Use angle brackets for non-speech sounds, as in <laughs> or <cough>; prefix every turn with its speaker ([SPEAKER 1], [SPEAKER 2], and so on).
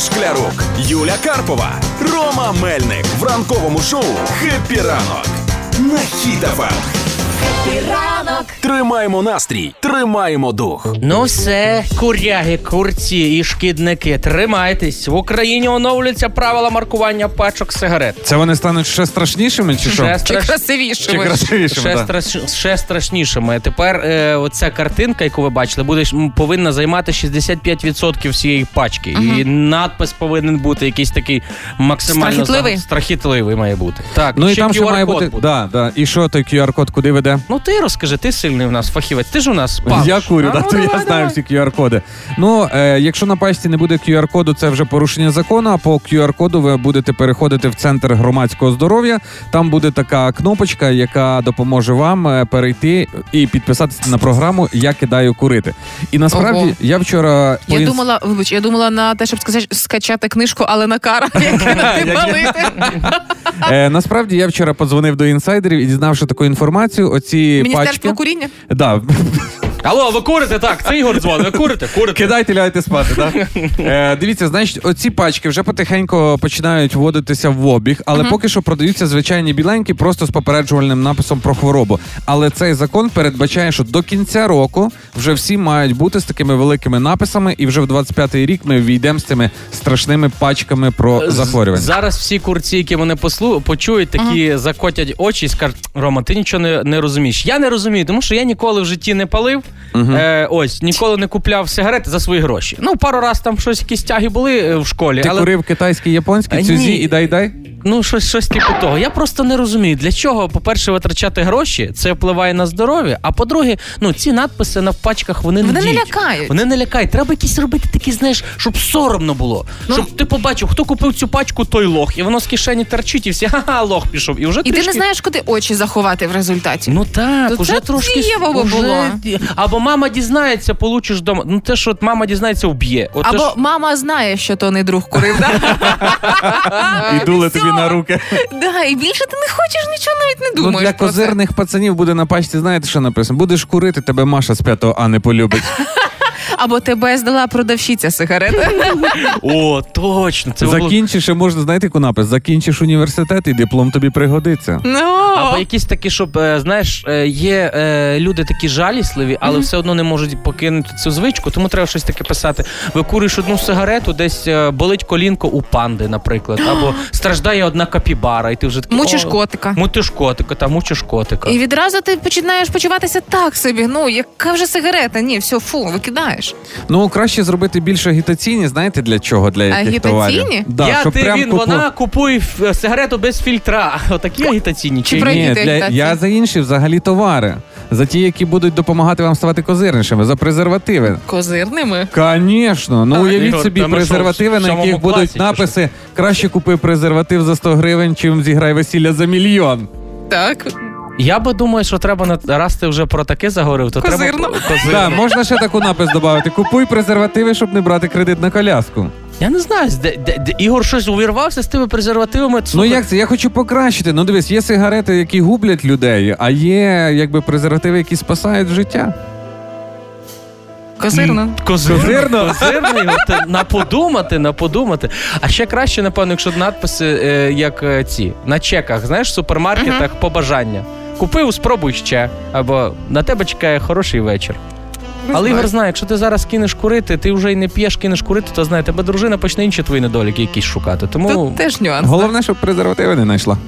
[SPEAKER 1] Шклярук, Юля Карпова, Рома Мельник в ранковому шоу «Хеппі ранок» на Хіт-ФМ.
[SPEAKER 2] Ранок
[SPEAKER 1] Тримаємо настрій, тримаємо дух.
[SPEAKER 3] Ну все, куряги, курці і шкідники, тримайтесь. В Україні оновлюються правила маркування пачок сигарет.
[SPEAKER 4] Це вони стануть ще страшнішими, чи що?
[SPEAKER 3] Ще,
[SPEAKER 5] Чи
[SPEAKER 3] страш...
[SPEAKER 4] Чи
[SPEAKER 5] красивішими?
[SPEAKER 4] красивішими?
[SPEAKER 3] ще,
[SPEAKER 4] да.
[SPEAKER 3] страш... ще страшнішими. Тепер е, оця картинка, яку ви бачили, буде ж- м, повинна займати 65% всієї пачки. І надпис повинен бути якийсь такий максимально за-
[SPEAKER 5] Страхітливий?
[SPEAKER 3] страхітливий має бути. Так,
[SPEAKER 4] Ну і
[SPEAKER 3] ще
[SPEAKER 4] там ще
[SPEAKER 3] QR-код
[SPEAKER 4] має бути.
[SPEAKER 3] буде.
[SPEAKER 4] Да, да. І що той QR-код куди веде?
[SPEAKER 3] Ну ти розкажи, ти сильний в нас фахівець. Ти ж у нас палиш.
[SPEAKER 4] Я курю,
[SPEAKER 3] А,
[SPEAKER 4] да,
[SPEAKER 3] ну,
[SPEAKER 4] то я
[SPEAKER 3] давай,
[SPEAKER 4] знаю всі QR-коди. Ну, е, якщо на пасті не буде QR-коду, це вже порушення закону. А по QR-коду ви будете переходити в центр громадського здоров'я. Там буде така кнопочка, яка допоможе вам е, перейти і підписатися на програму Я кидаю курити. І насправді
[SPEAKER 5] Ого.
[SPEAKER 4] я вчора по
[SPEAKER 5] Я
[SPEAKER 4] інс-
[SPEAKER 5] думала, вибач, я думала на те, щоб скача- скачати книжку, але на <laughs> кара, яка не палити.
[SPEAKER 4] е, насправді я вчора подзвонив до інсайдерів і дізнавши таку інформацію. Оці
[SPEAKER 5] Міністерство
[SPEAKER 4] пачки
[SPEAKER 5] куріння.
[SPEAKER 4] да,
[SPEAKER 3] Алло, ви курите? Так, це Ігор дзвонить. Ви курите? Курите.
[SPEAKER 4] Кидайте, ляйте спати,
[SPEAKER 3] <laughs>
[SPEAKER 4] так? Е, дивіться, значить, оці пачки вже потихеньку починають вводитися в обіг, але поки що продаються звичайні біленькі, просто з попереджувальним написом про хворобу. Але цей закон передбачає, що до кінця року вже всі мають бути з такими великими написами, і вже в 25-й рік ми війдемо з цими страшними пачками про захворювання.
[SPEAKER 3] Зараз всі курці, які вони послу, почують, такі закотять очі і скажуть: Рома, ти нічого не, не розумієш. Я не розумію, тому що я ніколи в житті не палив. Е, ось ніколи не купляв сигарети за свої гроші. Ну, пару раз там щось якісь тяги були е, в школі,
[SPEAKER 4] Ти
[SPEAKER 3] але
[SPEAKER 4] курив китайський, японський,
[SPEAKER 3] Е,
[SPEAKER 4] цюзі
[SPEAKER 3] ні.
[SPEAKER 4] і дай-дай?
[SPEAKER 3] ну щось, щось типу того. Я просто не розумію, для чого, по-перше, витрачати гроші, це впливає на здоров'я. А по-друге, ну ці надписи на пачках вони,
[SPEAKER 5] Вони не
[SPEAKER 3] діють.
[SPEAKER 5] лякають.
[SPEAKER 3] Вони не лякають. Треба якісь робити такі, знаєш, щоб соромно було.
[SPEAKER 5] Ну.
[SPEAKER 3] Щоб ти побачив, хто купив цю пачку, той лох. І воно з кишені торчить, і всі ха-ха, лох пішов. І вже
[SPEAKER 5] І ти
[SPEAKER 3] трішки...
[SPEAKER 5] не знаєш, куди очі заховати в результаті.
[SPEAKER 3] Ну так,
[SPEAKER 5] То
[SPEAKER 3] уже
[SPEAKER 5] це
[SPEAKER 3] трошки
[SPEAKER 5] дієво би
[SPEAKER 3] уже...
[SPEAKER 5] було.
[SPEAKER 3] ді- Або мама дізнається, получиш дома. Ну те, що от мама дізнається, вб'є. Оце ж-
[SPEAKER 5] Або мама знає, що то не друг курив. да?
[SPEAKER 4] І дули тобі на
[SPEAKER 5] <laughs>
[SPEAKER 4] руки.
[SPEAKER 5] Да, і більше ти не хочеш нічого навіть не
[SPEAKER 4] Ну,
[SPEAKER 5] думаєш.
[SPEAKER 4] для
[SPEAKER 5] про це.
[SPEAKER 4] козирних пацанів буде на пачці, знаєте, що написано? Будеш курити, тебе Маша з 5 А не полюбить.
[SPEAKER 5] Або тебе здала продавщиця сигарети.
[SPEAKER 3] О, точно, це було.
[SPEAKER 4] Закінчиш, і можна знаєте, яку напис? Закінчиш університет, і диплом тобі пригодиться.
[SPEAKER 3] Або
[SPEAKER 5] Ну,
[SPEAKER 3] якісь такі, щоб е, знаєш, е, є е, люди такі жалісливі, але все одно не можуть покинути цю звичку, тому треба щось таке писати. Викуриш одну сигарету, десь е, болить колінко у панди, наприклад, або страждає одна капібара, і ти вже такий,
[SPEAKER 5] мучиш
[SPEAKER 3] «О,
[SPEAKER 5] котика.
[SPEAKER 3] Мутиш котика, та мучиш котика.
[SPEAKER 5] І відразу ти починаєш почуватися так собі. Ну, яка вже сигарета? Ні, все, фу, викидаєш.
[SPEAKER 4] Ну краще зробити більш агітаційні, знаєте для чого? Для яких
[SPEAKER 5] Агітаційні?
[SPEAKER 4] товарів? Да,
[SPEAKER 3] я,
[SPEAKER 4] щоб
[SPEAKER 3] ти,
[SPEAKER 4] прям
[SPEAKER 3] він,
[SPEAKER 4] купу-
[SPEAKER 3] вона купує ф- е, сигарету без фільтра. <laughs> Отакі агітаційні.
[SPEAKER 5] Чи
[SPEAKER 3] ні?
[SPEAKER 5] про-
[SPEAKER 4] Ні,
[SPEAKER 5] Пройдіть
[SPEAKER 4] для...
[SPEAKER 5] агітацію.
[SPEAKER 4] я за інші взагалі товари. За ті, які будуть допомагати вам ставати козирнішими, за презервативи.
[SPEAKER 5] Козирними.
[SPEAKER 4] Звісно, ну уявіть
[SPEAKER 3] Ігор,
[SPEAKER 4] собі
[SPEAKER 3] та ми що,
[SPEAKER 4] презервативи,
[SPEAKER 3] в
[SPEAKER 4] на
[SPEAKER 3] сьомому
[SPEAKER 4] яких будуть
[SPEAKER 3] класі чи
[SPEAKER 4] написи краще купи презерватив за 100 гривень, чим зіграй весілля за мільйон.
[SPEAKER 5] Так.
[SPEAKER 3] Я би думаю, що треба на- раз ти вже про таке заговорив, то
[SPEAKER 5] Козирно.
[SPEAKER 3] треба козирно.
[SPEAKER 4] Да, можна ще таку напис додати. Купуй презервативи, щоб не брати кредит на коляску.
[SPEAKER 3] Я не знаю, де, де, де Ігор щось увірвався з тими презервативами.
[SPEAKER 4] Ну
[SPEAKER 3] Слухай,
[SPEAKER 4] як це? Я хочу покращити. Ну дивись, є сигарети, які гублять людей, а є якби презервативи, які спасають життя.
[SPEAKER 5] Козирно.
[SPEAKER 4] Козирно?
[SPEAKER 3] Козирно, Ігор, ти- на подумати, на подумати. А ще краще, напевно, якщо надписи, е, як е, ці, на чеках, знаєш, в супермаркетах побажання. Купив, спробуй ще. Або на тебе чекає хороший вечір. Але Ігор знає, якщо ти зараз кинеш курити, ти вже й не п'єш, кинеш курити, то знає, тебе дружина почне інші твої недоліки якісь шукати. Тому
[SPEAKER 5] Тут теж нюанс.
[SPEAKER 4] Головне, щоб презервативи не знайшла.